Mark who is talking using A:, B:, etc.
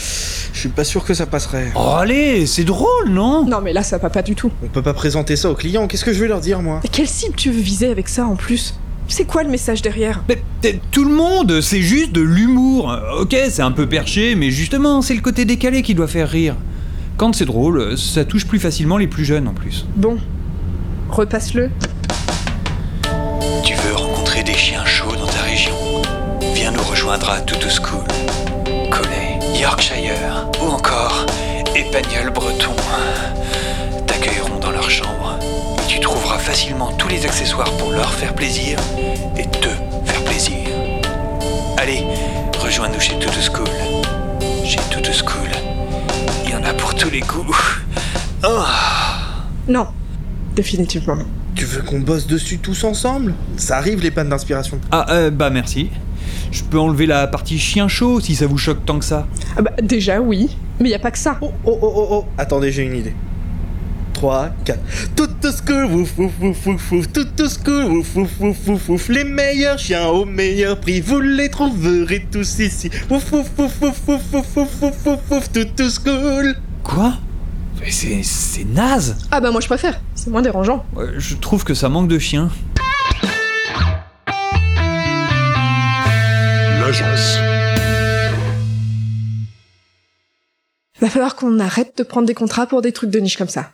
A: suis pas sûr que ça passerait.
B: Oh, allez, c'est drôle, non
C: Non, mais là, ça va pas du tout.
A: On peut pas présenter ça aux clients, qu'est-ce que je vais leur dire moi
C: Mais quelle cible tu veux viser avec ça en plus C'est quoi le message derrière
B: Mais t- tout le monde, c'est juste de l'humour. Ok, c'est un peu perché, mais justement, c'est le côté décalé qui doit faire rire. Quand c'est drôle, ça touche plus facilement les plus jeunes en plus.
C: Bon, repasse-le.
D: Tu veux rencontrer des chiens chauds dans ta région Viens nous rejoindre à Toutou School, Collet, Yorkshire ou encore Épagnols Breton. T'accueilleront dans leur chambre et tu trouveras facilement tous les accessoires pour leur faire plaisir et te faire plaisir. Allez, rejoins-nous chez Toutou School. Chez Toutou School, il y en a pour tous les goûts. Oh.
C: Non, définitivement.
A: Tu veux qu'on bosse dessus tous ensemble Ça arrive les pannes d'inspiration.
B: Ah, euh, bah merci. Je peux enlever la partie chien chaud si ça vous choque tant que ça.
C: Ah bah, déjà, oui. Mais y a pas que ça.
A: Oh oh oh oh oh Attendez, j'ai une idée. 3, 4. Tout ce que vous fouf fouf fouf fouf, tout ce que vous fouf fouf fouf fouf, les meilleurs chiens au meilleur prix, vous les trouverez tous ici. Fouf fouf fouf fouf fouf fouf fouf fouf fouf fouf, tout school.
B: Quoi Mais c'est, c'est naze
C: Ah bah, moi, je préfère. C'est moins dérangeant.
B: Ouais, Je trouve que ça manque de chien.
E: l'agence.
C: Va falloir qu'on arrête de prendre des contrats pour des trucs de niche comme ça.